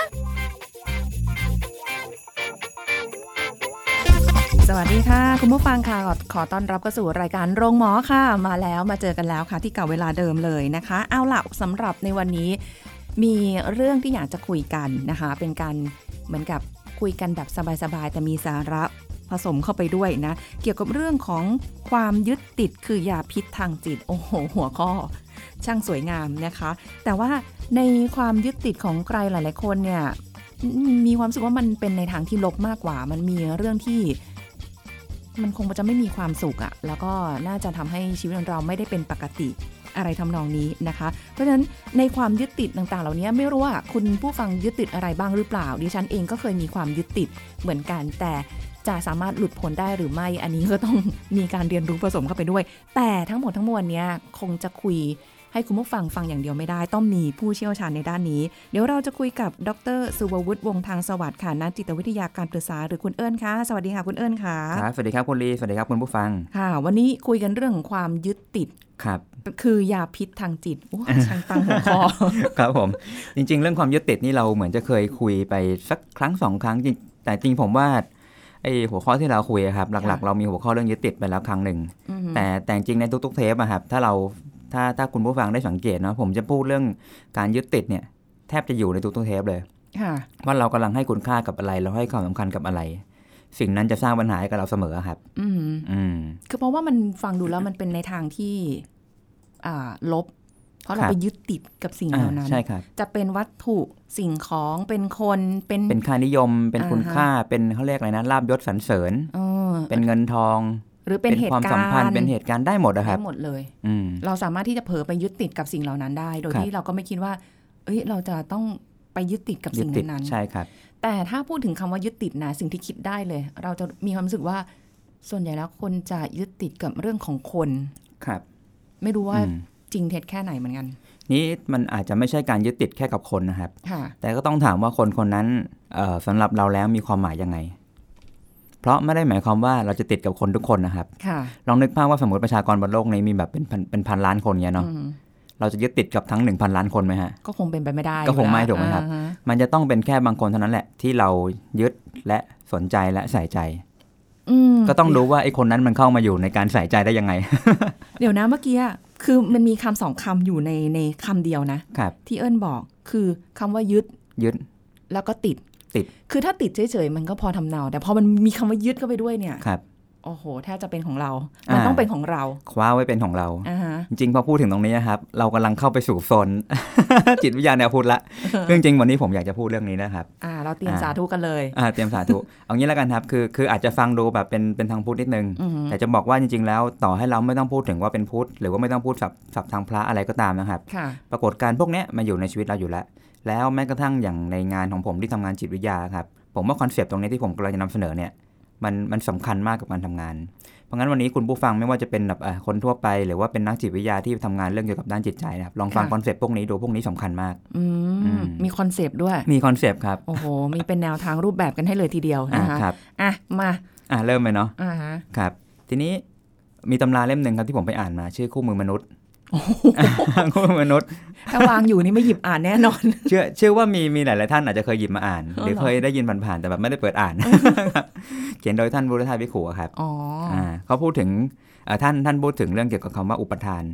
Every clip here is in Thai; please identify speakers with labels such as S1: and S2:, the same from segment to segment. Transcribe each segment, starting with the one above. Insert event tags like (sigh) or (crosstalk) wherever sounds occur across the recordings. S1: ล
S2: สวัสดีค่ะ คุณผู้ฟังค่ะขอขอต้อนรับเข้าสู่รายการโรงหมอค่ะ มาแล้วมาเจอกันแล้วค่ะ ที่เก่าเวลาเดิมเลยนะคะ เอาล่ะสำหรับในวันนี้ มีเรื่องที่อยากจะคุยกันนะคะ เป็นการเหมือนกับคุยกันแบบสบายๆแต่มีสาระผสมเข้าไปด้วยนะ เกี่ยวกับเรื่องของความยึดติดคือยาพิษทางจิตโอ้โหหัวข้อ ช่างสวยงามนะคะ แต่ว่าในความยึดติดของใครหลาย ๆ คนเนี่ยมีความรู้สึกว่ามันเป็นในทางที่ลบมากกว่า มันมีเรื่องที่ มันคงจะไม่มีความสุขอะแล้วก็น่าจะทำให้ชีวิตของเราไม่ได้เป็นปกติอะไรทำนองนี้นะคะ เพราะฉะนั้นในความยึดติดต่างๆ เหล่านี้ไม่รู้ว่าคุณผู้ฟังยึดติดอะไรบ้างหรือเปล่า ดิฉันเองก็เคยมีความยึดติดเหมือนกัน แต่จะสามารถหลุดพ้นได้หรือไม่ อันนี้ก็ต้อง มีการเรียนรู้ผสมเข้าไปด้วย แต่ทั้งหมดทั้งมวลเนี้ยคงจะคุยให้คุณผู้ฟังฟังอย่างเดียวไม่ได้ ต้องมีผู้เชี่ยวชาญในด้านนี้ เดี๋ยวเราจะคุยกับดรสุวัวุฒิวงศ์ทางสวัสดิ์ค่ะนักจิตวิทยาการปรึกษาหรือคุณเอิญค่ะสวัสดีค่ะคุณเอิญค่ะ
S3: ครับ สวัสดีครับคุณลี สวัสดีครับคุณผู้ฟัง
S2: ค่ะ วันนี้คุยกันเรื่องของความยึดติด
S3: ครับ (laughs)
S2: คือยาพิษทางจิตโอ้ยช่างตั้งหัวข้อ
S3: ครับผม จริง ๆ เรื่องความยึดติดนี่เราเหมือนจะเคยคุยไปสักครั้งสองครั้งจริงแต่จริงผมว่าไอหัวข้อที่เราคุยอะครับ หลัก
S2: ค่ะ
S3: ๆ เรามีหัวข้อเรื่องยึดติดไปแล้วครั้งหนึ่ง
S2: อืม
S3: แต่แต่จริงๆในทุก ๆ เทปอะครับ ถ้าเราถ้าถ้าคุณผู้ฟังได้สังเกตเนาะผมจะพูดเรื่องการยึดติดเนี่ยแทบจะอยู่ในทุกๆเทปเลย
S2: ค่ะ
S3: ว่าเรากำลังให้คุณค่ากับอะไร เราให้ความสำคัญกับอะไร สิ่งนั้นจะสร้างปัญหาให้กับเราเสมอครับ
S2: อืม
S3: อืม
S2: คือเพราะว่ามันฟังดูแล้วมันเป็นในทางที่ อ่า ลบ เพราะเรา
S3: ครับ
S2: ไปยึดติดกับสิ่งเหล่านั้น
S3: ใช่ครับ
S2: จะเป็นวัตถุสิ่งของเป็นคนเป็น
S3: เป็นค่านิยม เป็นคุณค่า เป็นเขาเรียกอะไรนะลาบยศสรรเสริญ
S2: เออ
S3: เป็นเงินทอง
S2: หรือเป็นเห
S3: ควา
S2: ตุ
S3: ม
S2: กา
S3: สัมพั
S2: ร
S3: นธ์
S2: ณ์
S3: เป็นเหตุการณ์ได้หมดนะครับ
S2: ทั้งหมดเลย
S3: อืม
S2: เราสามารถที่จะเผลอไปยึดติดกับสิ่งเหล่านั้นได้ โดย
S3: ครับ
S2: ที่เราก็ไม่คิดว่า เอ้ย เราจะต้องไปยึดติดกับ
S3: ยึด
S2: สิ่ง
S3: ติด
S2: นั้นๆ
S3: ใช่ครับ
S2: แต่ถ้าพูดถึงคำว่ายึดติดนะสิ่งที่คิดได้เลย เราจะมีความรู้สึกว่าส่วนใหญ่แล้วคนจะยึดติดกับเรื่องของคน
S3: ครับ
S2: ไม่รู้ว่า
S3: อืม
S2: จริงเท็จแค่ไหนเหมือนกัน
S3: นี่มันอาจจะไม่ใช่การยึดติดแค่กับคนนะครับ
S2: ค่ะ
S3: แต่ก็ต้องถามว่าคนคนนั้นเอ่อสำหรับเราแล้วมีความหมายยังไง เพราะไม่ได้หมายความว่าเราจะติดกับคนทุกคนนะครับ
S2: ค่ะ
S3: ลองนึกภาพว่าสมมติประชากรบนโลกนี้มีแบบเป็นพันเป็นพันล้านคนเนี้ยเนาะ
S2: อืม
S3: เราจะยึดติดกับทั้งหนึ่งพันล้านคนไหมฮะ
S2: ก็คงเป็นไปไม่ได้
S3: ก็คงไม่
S2: อยู่แล้ว
S3: ถูกไหมครับ
S2: อ่าฮะ
S3: มันจะต้องเป็นแค่บางคนเท่านั้นแหละที่เรายึดและสนใจและใส่ใจ
S2: อืม
S3: ก็ต้องรู้ว่าไอ้คนนั้นมันเข้ามาอยู่ในการใส่ใจได้ยังไง
S2: เดี๋ยวนะเมื่อกี้อะคือมันมีคำสองคำอยู่ในในคำเดียวนะ
S3: ครับ
S2: ที่เอิญบอกคือคำว่ายึด
S3: ยึด
S2: แล้วก็ติด
S3: ติด
S2: คือถ้าติดเฉยๆมันก็พอทำเนา แต่พอมันมีคำว่ายึดเข้าไปด้วยเนี่ย
S3: ครับ
S2: โอ้โหแทบจะเป็นของเรา มัน
S3: อ่า
S2: ต้องเป็นของเรา
S3: คว้าไว้เป็นของเรา
S2: อ่าฮะ
S3: จริงๆพอพูดถึงตรงนี้นะครับ เรากำลังเข้าไปสู่โซน (laughs) จิตวิทยาแนวพุทธละเรื่องจริงวันนี้ผมอยากจะพูดเรื่องนี้นะครับ
S2: อ่า เราเตรียม
S3: อ่า
S2: สาธุกันเลย
S3: อ่าเตรียมสาธุ เอางี้แล้วกันครับ คือคืออาจจะฟังดูแบบเป็นเป็นทางพุทธนิดนึง
S2: อือหือ
S3: แต่จะบอกว่าจริง ๆ แล้วต่อให้เราไม่ต้องพูดถึงว่าเป็นพุทธหรือว่าไม่ต้องพูดสับสับทางพระอะไรก็ตามนะครับ
S2: ค่ะ
S3: ปรากฏการณ์พวกเนี้ยมาอยู่ในชีวิตเราอยู่แล้ว แล้วแม้กระทั่งอย่างในงานของผมที่ทำงานจิตวิทยาครับ ผมว่าคอนเซปต์ตรงนี้ที่ผมกำลังจะนำเสนอเนี่ยมันมันสำคัญมากกับการทำงาน เพราะงั้นวันนี้คุณผู้ฟังไม่ว่าจะเป็นแบบเอ่อคนทั่วไป หรือว่าเป็นนักจิตวิทยาที่ทำงานเรื่องเกี่ยวกับด้านจิตใจนะครับลองฟัง
S2: ค่ะ
S3: คอนเซปต์พวกนี้ดูพวกนี้สำคัญมาก
S2: อื
S3: อื
S2: ม
S3: ม
S2: มีคอนเซปต์ด้วย
S3: มีคอนเซปต์ครับ
S2: โอ้โห มีเป็นแนวทางรูปแบบกันให้เลยทีเดียว
S3: อ่า
S2: นะคะ
S3: ครับ
S2: อ่ะ มา
S3: อ่าเริ่มเลยเนาะ
S2: อ่าฮะ
S3: ครับทีนี้มีตำราเล่มหนึ่งครับที่ผมไปอ่านมา ชื่อคู่มือมนุษย์ คู่มือมนุษย์
S2: ถ้าวางอยู่นี่ไม่หยิบอ่านแน่นอน
S3: เชื่อเชื่อว่ามีมีหลาย ๆ ท่านอาจจะเคยหยิบมาอ่าน
S2: อ๋อ
S3: หรือ
S2: เหรอ
S3: เคยได้ยินผ่านๆแต่แบบไม่ได้เปิดอ่าน (laughs) เขียนโดยท่านบุรุษทายพิขูอะครับ
S2: อ๋ออา
S3: เขาพูดถึงเอ่อท่านท่านพูดถึงเรื่องเกี่ยวกับคำว่าอุปทาน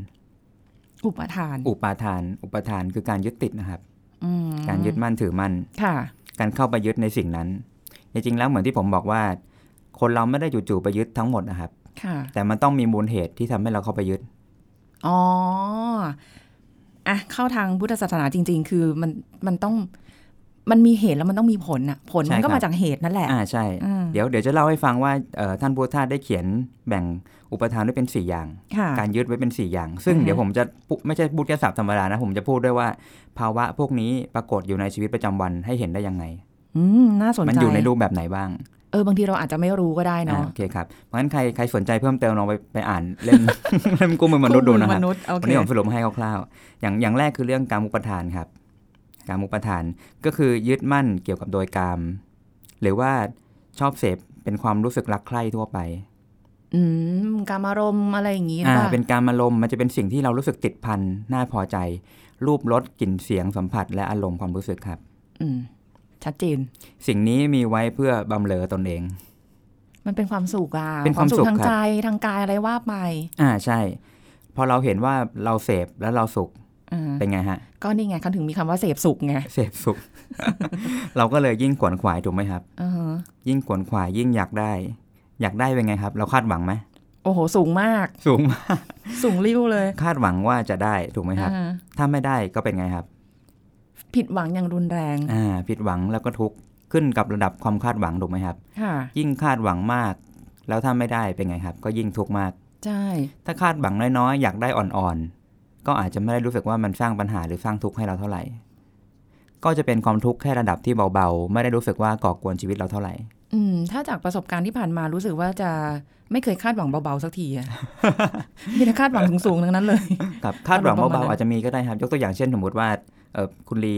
S2: อุปทาน
S3: อุปาทาน อุปทานคือการยึดติดนะครับ
S2: อืม
S3: การยึดมั่นถือมั่น
S2: ค่ะ
S3: การเข้าไปยึดในสิ่งนั้น จริง ๆ แล้วเหมือนที่ผมบอกว่า คนเราไม่ได้จู่ ๆ ไปยึดทั้งหมดนะครับ
S2: ค่ะ
S3: แต่มันต้องมีมูลเหตุที่ทำให้เราเข้าไปยึด
S2: อ๋อ อ่ะ เข้าทางพุทธศาสนาจริง ๆ คือมัน มันต้อง มันมีเหตุแล้วมันต้องมีผลอะผล
S3: ใช่
S2: มันก็
S3: ครับ
S2: มาจากเหตุนั่นแหละ
S3: อ่าใช่
S2: อืม
S3: เดี๋ยวเดี๋ยวจะเล่าให้ฟังว่าเอ่อท่านพุทธทาสได้เขียนแบ่งอุปทานไว้เป็นสี่อย่าง
S2: ค่ะ
S3: การยึดไว้เป็น 4 อย่าง ซึ่ง
S2: อือฮะ
S3: เดี๋ยวผมจะพูไม่ใช่พูดแค่ศัพท์ธรรมดานะ ผมจะพูดด้วยว่า ภาวะพวกนี้ปรากฏอยู่ในชีวิตประจำวันให้เห็นได้ยังไง
S2: อืมน่าสนใจ
S3: มันอยู่ในรูปแบบไหนบ้าง
S2: เออบางทีเราอาจจะไม่รู้ก็ได้
S3: อ่า
S2: เนาะ
S3: โอเคครับเพราะงั้นใครใครสนใจเพิ่มเติมลองไปไปอ่านเล่ม (laughs) เล่มกู้มือมนุษย์ดูนะค
S2: ม
S3: รับ
S2: นุษย์โอ
S3: วัน
S2: เค
S3: นี้ผมสรุปมาให้คร่าวๆ อย่างอย่างแรกคือเรื่องการมุปทานครับ การมุปทานก็คือยึดมั่นเกี่ยวกับโดยกาม หรือว่าชอบเสพเป็นความรู้สึกรักใคร่ทั่วไป
S2: อืมการมารมณ์อะไรอย่างงี้หรือเป
S3: อ่า
S2: ล่า
S3: เป็นการมาลมณ์มันจะเป็นสิ่งที่เรารู้สึกติดพันน่าพอใจ รูปรสกลิ่นเสียงสัมผัส และอารมณ์ความรู้สึกครับ
S2: อืมชัดเจน
S3: สิ่งนี้มีไว้เพื่อบำเรอตนเอง
S2: มันเป็นความสุขอะ
S3: เป็นความสุข
S2: ทาง
S3: ครับ
S2: ใจทางกายอะไรว่าไป
S3: อ่าใช่ พอเราเห็นว่าเราเสพแล้วเราสุข
S2: อ่า
S3: เป็นไงฮะ
S2: ก็นี่ไงเขาถึงมีคำว่าเสพสุขไง
S3: เสพสุข (laughs) เราก็เลยยิ่งขวนขวายถูกไหมครับ
S2: อ่าฮะ
S3: ยิ่งขวนขวายยิ่งอยากได้ อยากได้เป็นไงครับ เราคาดหวังไหม
S2: โอ้โหสูงมาก
S3: สูงมาก
S2: สูงริ้วเลย
S3: คาดหวังว่าจะได้ถูกไหมครับ
S2: อ่า
S3: ถ้าไม่ได้ก็เป็นไงครับ
S2: ผิดหวังอย่างรุนแรง
S3: อ่าผิดหวังแล้วก็ทุกข์ขึ้นกับระดับความคาดหวังถูกไหมครับ
S2: ค่ะ
S3: ยิ่งคาดหวังมาก แล้วถ้าไม่ได้เป็นไงครับ ก็ยิ่งทุกข์มาก
S2: ใช่
S3: ถ้าคาดหวังน้อยๆอยากได้อ่อนๆก็อาจจะไม่ได้รู้สึกว่ามันสร้างปัญหาหรือสร้างทุกข์ให้เราเท่าไหร่ ก็จะเป็นความทุกข์แค่ระดับที่เบาๆ ไม่ได้รู้สึกว่าก่อกวนชีวิตเราเท่าไหร่
S2: อืม ถ้าจากประสบการณ์ที่ผ่านมารู้สึกว่าจะไม่เคยคาดหวังเบา ๆ สักทีอะ (laughs) มีแต่คาดหวังสูง ๆ ทั้งนั้นเลย
S3: ครับคาดหวัง
S2: อารมณ์ประมา
S3: เบา
S2: ณนั้
S3: ๆ
S2: น
S3: อาจจะมีก็ได้ครับ ยกตัวอย่างเช่นสมมติว่าเออคุณลี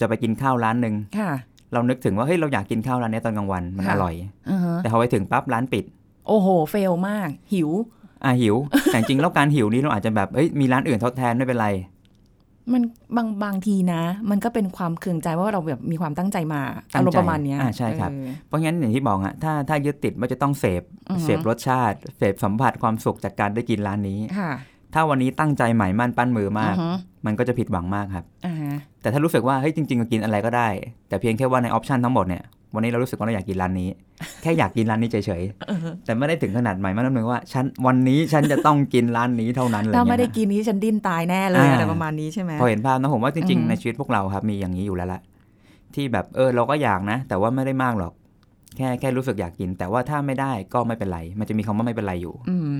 S3: จะไปกินข้าวร้านหนึ่ง
S2: ค่ะ
S3: เรานึกถึงว่าเฮ้ยเราอยากกินข้าวร้านเนี้ยตอนกลางวันมัน
S2: ค่ะ
S3: อร่อย
S2: อ่าฮะ
S3: แต่พอไปถึงปั๊บร้านปิด
S2: โอ้โห เฟลมาก หิว
S3: อ่ะหิว แต่จริงๆแล้วการหิวนี้เราอาจจะแบบเอ้ยมีร้านอื่นทดแทนไม่เป็นไร
S2: มันบางบางทีนะ มันก็เป็นความเคืองใจว่าเราแบบมีความตั้งใจมา
S3: ตั้ง
S2: อา
S3: ใจ
S2: รมณ์ประมาณเนี้ย
S3: อ่าใช่ครับ
S2: เออ
S3: เพราะงั้นอย่างที่บอกฮะถ้าถ้ายึดติดว่าจะต้องเสพ
S2: อือฮึ
S3: เสพรสชาติเสพสัมผัสความสุขจากการได้กินร้านนี้
S2: ค่ะ
S3: ถ้าวันนี้ตั้งใจหมายมั่นปั้นมือมาก
S2: อือฮึ
S3: มันก็จะผิดหวังมากครับ
S2: อ่าฮะ
S3: แต่ถ้ารู้สึกว่าเฮ้ยจริงๆก็กินอะไรก็ได้ แต่เพียงแค่ว่าในออปชันทั้งหมดเนี่ยวันนี้เรารู้สึกว่าเราอยากกินร้านนี้
S2: (laughs)
S3: แค่อยากกินร้านนี้เฉยๆแต่ไม่ได้ถึงขนาดหมายมั่นปั้นมือว่าฉันวันนี้ฉันจะต้องกินร้านนี้เท่านั้นอะไร
S2: ถ้า
S3: เงี้ย
S2: ไม่ได้กินนี้ฉันดิ้นตายแน่เลย
S3: อ่า
S2: อะไรประมาณนี้ใช่ไหม
S3: พอเห็นภาพนะผมว่าจริง
S2: อือฮึ
S3: ๆ ในชีวิตพวกเราครับมีอย่างนี้อยู่แล้วละที่แบบเออเราก็อยากนะ แต่ว่าไม่ได้มากหรอก แค่แค่รู้สึกอยากกิน แต่ว่าถ้าไม่ได้ก็ไม่เป็นไร มันจะมีคำว่าไม่เป็นไรอยู่
S2: อืม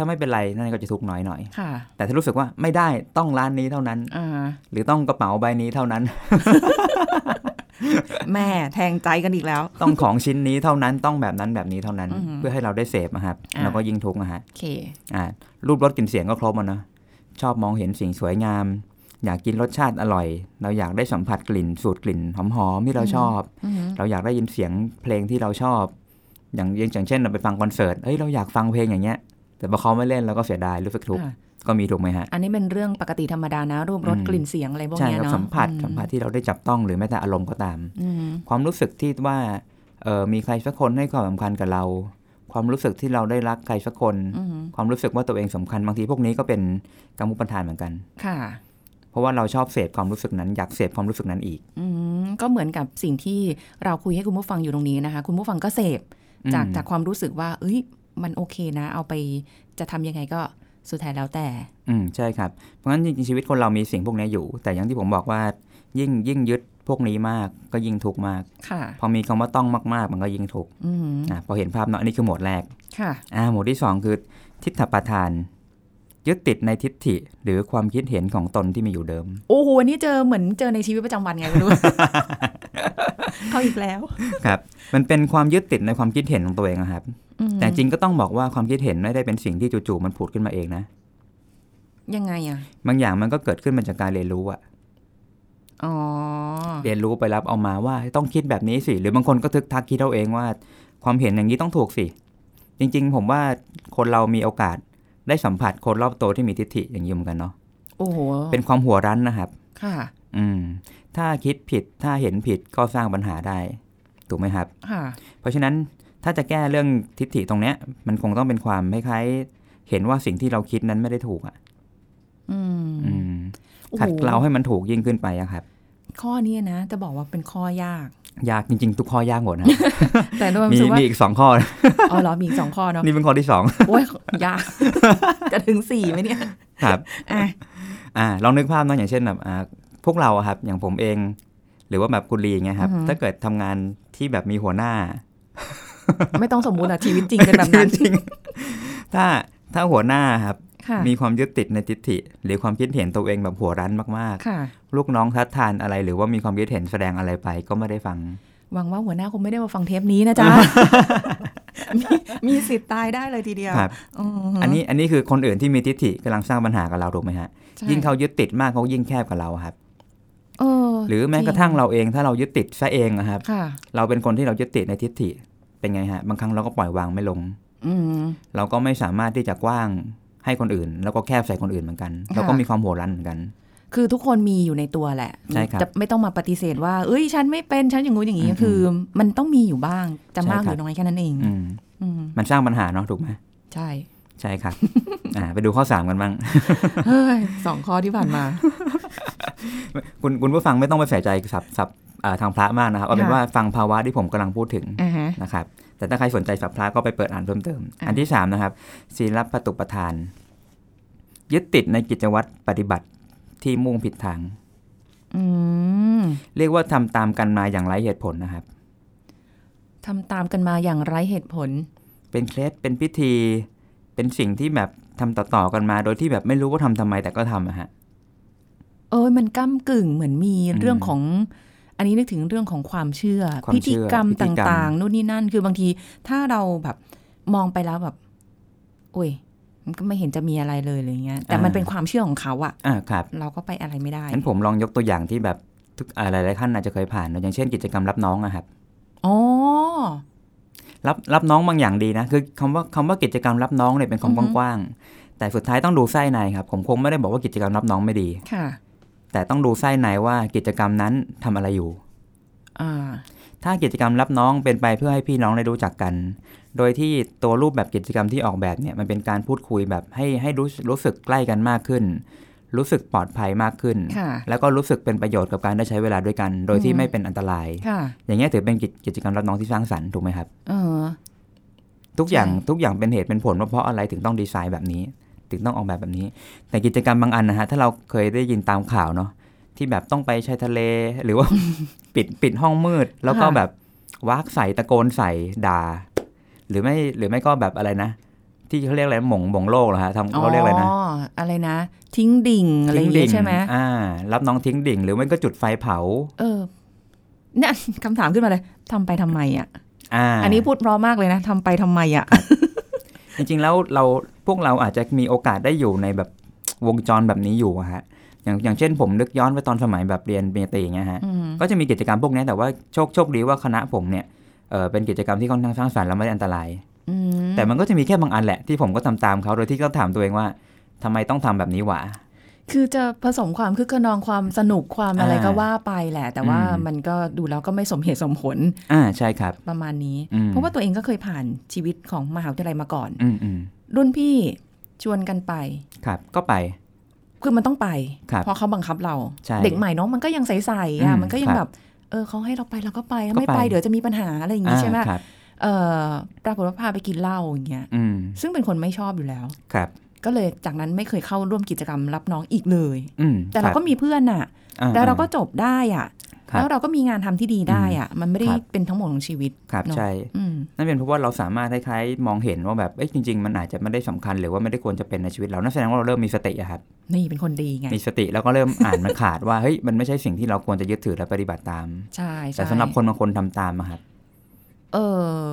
S3: ถ้าไม่เป็นไรนั่นก็จะทุกข์น้อยหน่อย
S2: ค่ะ
S3: แต่ถ้ารู้สึกว่าไม่ได้ต้องร้านนี้เท่านั้น
S2: อ่า
S3: หรือต้องกระเป๋าใบนี้เท่านั้น (laughs)
S2: แม่แทงใจกันอีกแล้ว
S3: ต้องของชิ้นนี้เท่านั้นต้องแบบนั้นแบบนี้เท่านั้น
S2: อือหือ
S3: เพื่อให้เราได้เสพนะครับ
S2: อ่า
S3: เราก็ยิ่งทุกข์นะฮะ
S2: โอเค
S3: อ่ารูปรสกลิ่นเสียงก็ครบอ่ะเนอะชอบมองเห็นสิ่งสวยงาม อยากกินรสชาติอร่อย เราอยากได้สัมผัสกลิ่นสูตรกลิ่นหอมๆที่เรา
S2: อือหือ
S3: ชอบ
S2: อือฮึ
S3: เราอยากได้ยินเสียงเพลงที่เราชอบ อย่างอย่างเช่นเราไปฟังคอนเสิร์ตเฮ้ยเราอยากฟังเพลงอย่างเงี้ย แต่พอเขาไม่เล่นเราก็เสียดายรู้สึกทุกข์
S2: อ่า
S3: ก็มีถูกไหมฮะ
S2: อันนี้เป็นเรื่องปกติธรรมดานะ รูปรส
S3: อืม
S2: กลิ่นเสียงอะไรพวก
S3: ใช่
S2: เนี้ย
S3: ครับ
S2: เนาะ
S3: สัมผัส
S2: อื
S3: สัมผัสที่เราได้จับต้องหรือแม้แต่อารมณ์ก็ตาม
S2: อืม
S3: ความรู้สึกที่ว่าเออมีใครสักคนให้ความสำคัญกับเรา ความรู้สึกที่เราได้รักใครสักคน
S2: อืม
S3: ความรู้สึกว่าตัวเองสำคัญบางทีพวกนี้ก็เป็นกรรมอุปทานเหมือนกัน
S2: ค่ะ
S3: เพราะว่าเราชอบเสพความรู้สึกนั้นอยากเสพความรู้สึกนั้นอีก
S2: อืมก็เหมือนกับสิ่งที่เราคุยให้คุณผู้ฟังอยู่ตรงนี้นะคะ คุณผู้ฟังก็เสพ
S3: อืม
S2: จากจากความรู้สึกว่า เอ้ย มันโอเคนะ เอาไปจะทำยังไงก็สุดท้ายแล้วแต่
S3: อืมใช่ครับ เพราะงั้นจริงๆชีวิตคนเรามีสิ่งพวกนี้อยู่ แต่อย่างที่ผมบอกว่ายิ่งยิ่งยึดพวกนี้มากก็ยิ่งทุกข์มาก
S2: ค่ะ
S3: พอมีคำว่าต้องมากๆ มันก็ยิ่งทุกข์
S2: อืม
S3: อ่ะพอเห็นภาพเนาะอันนี้คือหมวดแรก
S2: ค่ะ
S3: อ่าหมวดที่สองคือทิฏฐประทาน ยึดติดในทิฏฐิหรือความคิดเห็นของตนที่มีอยู่เดิม
S2: โอ้โหอันนี้เจอเหมือนเจอในชีวิตประจำวันไง
S3: (laughs)
S2: ไม่รู้ เข้าอีกแล้ว
S3: ครับมันเป็นความยึดติดในความคิดเห็นของตัวเองอะครับ
S2: อืม
S3: แต่จริงก็ต้องบอกว่าความคิดเห็นไม่ได้เป็นสิ่งที่จู่ๆมันผุดขึ้นมาเองนะ
S2: ยังไงอ่ะ
S3: บางอย่างมันก็เกิดขึ้นมาจากการเรียนรู้อะ
S2: อ๋อ
S3: เรียนรู้ไปรับเอามาว่าต้องคิดแบบนี้สิ หรือบางคนก็ทึกทักคิดเอาเองว่า ความเห็นอย่างนี้ต้องถูกสิ จริงๆ ผมว่าคนเรามีโอกาสได้สัมผัสคนรอบตัวที่มีทิฏฐิอย่างนี้เหมือนกันเนาะ
S2: โอ้โห
S3: เป็นความหัวรั้นนะครับ
S2: ค่ะ
S3: อืม ถ้าคิดผิดถ้าเห็นผิดก็สร้างปัญหาได้ถูกไหมครับ
S2: ค่ะ
S3: เพราะฉะนั้นถ้าจะแก้เรื่องทิฏฐิตรงเนี้ย มันคงต้องเป็นความคล้ายๆเห็นว่าสิ่งที่เราคิดนั้นไม่ได้ถูกอ่ะ
S2: อืม
S3: อืม
S2: โอ้โห
S3: ขัดเกลาให้มันถูกยิ่งขึ้นไปอะครับ
S2: ข้อเนี้ยนะ จะบอกว่าเป็นข้อยาก
S3: ยากจริง ๆ ทุกข้อยากหมดนะครับ
S2: แต่ด้วยความ
S3: มี
S2: รู้สึกว่า
S3: มีอีกสองข้อนะ
S2: อ๋อเหรอมีอีกสองข้อเนาะ
S3: นี่เป็นข้อที่สอง
S2: โอ้ยยาก จะถึงสี่ไหมเนี่ย
S3: ครับ
S2: อ่ะ
S3: อ่าลองนึกภาพเนอะอย่างเช่นแบบอ่าพวกเราอะครับ อย่างผมเอง หรือว่าแบบคุณลีอย่างเงี้ยครับ ถ้าเกิดทำงานที่แบบมีหัวหน้า
S2: ไม่ต้องสมมุติอะชีวิตจริงเป็นแบบนั้น
S3: จริงๆถ้าถ้าหัวหน้าครับ
S2: ค่ะ
S3: มีความยึดติดในทิฏฐิ หรือความคิดเห็นตัวเองแบบหัวรั้นมากๆ
S2: ค่ะ
S3: ลูกน้องทัดทานอะไรหรือว่ามีความคิดเห็นแสดงอะไรไปก็ไม่ได้ฟัง
S2: หวังว่าหัวหน้าคงไม่ได้มาฟังเทปนี้นะจ๊ะ มีมีสิทธิ์ตายได้เลยทีเดียว
S3: ครับ อันนี้อันนี้คือคนอื่นที่มีทิฐิกำลังสร้างปัญหากับเราถูกไหมฮะ
S2: ใช่
S3: ยิ่งเขายึดติดมากเขายิ่งแคบกับเราครับ
S2: เออ
S3: หรือแม้กระทั่งเราเองถ้าเรายึดติดซะเองนะครับ
S2: ค่ะ
S3: เราเป็นคนที่เรายึดติดในทิฐิเป็นไงฮะบางครั้งเราก็ปล่อยวางไม่ลง
S2: อืม
S3: เราก็ไม่สามารถที่จะกว้างให้คนอื่น แล้วก็แคบใส่คนอื่นเหมือนกัน
S2: ค่ะ
S3: เราก็มีความโหดร้ายเหมือนกัน
S2: คือทุกคนมีอยู่ในตัวแหละ
S3: ใช่ครับ
S2: จะไม่ต้องมาปฏิเสธว่า เอ้ย ฉันไม่เป็นฉันอย่างงู้นอย่างนี้
S3: อืม
S2: คือ มันต้องมีอยู่บ้างจะ
S3: ใช่
S2: มากห
S3: ครั
S2: รือบ น้อยแค่นั้นเอง
S3: อืม
S2: อืม
S3: มันสร้างปัญหาเนาะถูกไหม
S2: ใช่
S3: ใช่
S2: (laughs)
S3: ครับ อ่าไปดูข้อสามกันบ้าง
S2: เฮ้ยสองข้อที่ผ่านมา
S3: คุณคุณผู้ฟังไม่ต้องไปใส่ใจสับสับอ่าทางพระมากนะครับเอาเป็น
S2: ค่ะ
S3: ว่าฟังภาวะที่ผมกำลังพูดถึง
S2: อ่าฮะ
S3: นะครับ แต่ถ้าใครสนใจสับพระก็ไปเปิดอ่านเพิ่มเติม
S2: อ่ะ
S3: อันที่สามนะครับศีลปฏิปทาน ยึดติดในกิจวัตรปฏิบัติที่มุ่งผิดทาง
S2: อืม
S3: เรียกว่าทำตามกันมาอย่างไร้เหตุผลนะครับ
S2: ทำตามกันมาอย่างไร้เหตุผล
S3: เป็นเคล็ดเป็นพิธี เป็นสิ่งที่แบบทำต่อๆกันมา โดยที่แบบไม่รู้ว่าทำทำไมแต่ก็ทำอะฮะ
S2: เอ้ยมันก้ากึ่งเหมือนมี
S3: อืม
S2: เรื่องของ อันนี้นึกถึงเรื่องของความเชื่อ
S3: ความ
S2: พิ
S3: เชื่
S2: ธี
S3: อก
S2: รรม
S3: พิธี
S2: ต
S3: กรรม
S2: ่างๆนู่นนี่นั่น คือบางทีถ้าเราแบบมองไปแล้วแบบโอ้ย มันก็ไม่เห็นจะมีอะไรเลยอะไรเงี้ยแต่มันเป็นความเชื่อของเขาอะ
S3: อ่าครับ
S2: เราก็ไปอะไรไม่ได้
S3: งั้นผมลองยกตัวอย่างที่แบบทุกอ่าหลายๆท่านอาจจะเคยผ่านเนอะอย่างเช่นกิจกรรมรับน้องอะครับ
S2: อ๋อ
S3: รับรับน้องบางอย่างดีนะ คือคำว่าคำว่ากิจกรรมรับน้องเนี่ยเป็น
S2: อือฮึ
S3: คำกว้างๆแต่สุดท้ายต้องดูไส้ในครับ ผมคงไม่ได้บอกว่ากิจกรรมรับน้องไม่ดี
S2: ค่ะ
S3: แต่ต้องดูไส้ในว่ากิจกรรมนั้นทำอะไรอยู่
S2: อ่า
S3: ถ้ากิจกรรมรับน้องเป็นไปเพื่อให้พี่น้องได้รู้จักกัน โดยที่ตัวรูปแบบกิจกรรมที่ออกแบบเนี่ยมันเป็นการพูดคุยแบบให้ให้รู้รู้สึกใกล้กันมากขึ้น รู้สึกปลอดภัยมากขึ้น
S2: ค่ะ
S3: แล้วก็รู้สึกเป็นประโยชน์กับการได้ใช้เวลาด้วยกัน โดยที่ไม่เป็นอันตราย
S2: ค่ะ
S3: อย่างเงี้ยถือเป็นกิจกิจกรรมรับน้องที่สร้างสรรค์ถูกไหมครับ
S2: เออ
S3: ทุกอย่าง
S2: ใช่
S3: ทุกอย่างเป็นเหตุเป็นผลว่าเพราะอะไรถึงต้องดีไซน์แบบนี้ ถึงต้องออกแบบแบบนี้ แต่กิจกรรมบางอันนะฮะถ้าเราเคยได้ยินตามข่าวเนาะที่แบบต้องไปชายทะเลหรือว่า (laughs) ปิดปิดห้องมืด แล้วก็แบบวักใส่ตะโกนใส่ด่า หรือไม่หรือไม่ก็แบบอะไรนะ ที่เขาเรียกอะไรหม่งบ่งโลกเหรอฮะทำเขาเรียกอะไรนะ
S2: อ๋ออะไรนะ ทิ้งดิ่งอะไรอย่างงี้ใช่ไหม
S3: อ่า รับน้องทิ้งดิ่ง หรือไม่ก็จุดไฟเผา
S2: เออเนี่ย (laughs) คำถามขึ้นมาเลยทำไปทำไมอ่ะ
S3: อ่า
S2: อันนี้พูดเพราะมากเลยนะทำไปทำไมอ่ะ
S3: จริงๆแล้วเราพวกเราอาจจะมีโอกาสได้อยู่ในแบบ วงจรแบบนี้อยู่อะฮะอย่างอย่างเช่นผมนึกย้อนไปตอนสมัยแบบเรียนปริญญาตรีอย่างเงี้ยฮะ
S2: อืม
S3: ก็จะมีกิจกรรมพวกเนี้ยแต่ว่าโชคโชคดีว่าคณะผมเนี่ยเออเป็นกิจกรรมที่ค่อนข้างสร้างสรรค์และไม่ได้อันตราย
S2: อืม
S3: แต่มันก็จะมีแค่บางอันแหละที่ผมก็ทำตามเขาโดยที่ก็ถามตัวเองว่าทำไมต้องทำแบบนี้วะ
S2: คือจะผสมความคึกขนองความสนุกความอะไร
S3: อ่า
S2: ก็ว่าไปแหละ แต่ว่า
S3: อืม
S2: มันก็ดูแล้วก็ไม่สมเหตุสมผล
S3: อ่าใช่ครับ
S2: ประมาณนี้
S3: อืม
S2: เพราะว่าตัวเองก็เคยผ่านชีวิตของมหาวิทยาลัยมาก่อน
S3: อืมอืม
S2: รุ่นพี่ชวนกันไป
S3: ครับก็ไป
S2: คือมันต้องไป
S3: ครับ
S2: เพราะเขาบังคับเรา
S3: ใช่
S2: เด็กใหม่เน้องมันก็ยังใสๆ
S3: อื
S2: อ่ะ
S3: ม
S2: มันก็ยัง
S3: ค
S2: แบ
S3: รับบ
S2: เออเขาให้เราไปเราก็ไป
S3: ก็
S2: ไม่ไป
S3: ไป
S2: เดี๋ยวจะมีปัญหาอะไรอย่างงี้ใช่ไหม
S3: อ่าครับ
S2: เออปรากฏว่าพาไปกินเหล้าอย่างเงี้ย
S3: อืม
S2: ซึ่งเป็นคนไม่ชอบอยู่แล้ว
S3: ครับ
S2: ก็เลยจากนั้นไม่เคยเข้าร่วมกิจกรรมรับน้องอีกเลย
S3: อืม
S2: แต่เรา
S3: คบ
S2: ก็มีเพื่อนอ่ะ
S3: อ่
S2: แล้วเราก็จบได้อ่ะ
S3: ครั
S2: แล้
S3: บ
S2: วเราก็มีงานทำที่ดีได้อ่ะ มันไม่ได้
S3: ครับ
S2: เป็นทั้งหมดของชีวิต
S3: ครับ
S2: เนอะ
S3: ใช่
S2: อืม
S3: นั่นเป็นเพราะว่าเราสามารถคล้ายๆมองเห็นว่าแบบเอ้ยจริง ๆ มันอาจจะไม่ได้สำคัญหรือว่าไม่ได้ควรจะเป็นในชีวิตเรา นั่นแสดงว่าเราเริ่มมีสติอะครับ
S2: นี่เป็นคนดีไง
S3: มีสติแล้วก็เริ่มอ่านมันขาดว่าเฮ้ยมันไม่ใช่สิ่งที่เราควรจะยึดถือและปฏิบัติตาม
S2: ใช่ใช่
S3: แต่สำหรับคนบางคนทำตามอะครับ
S2: เออ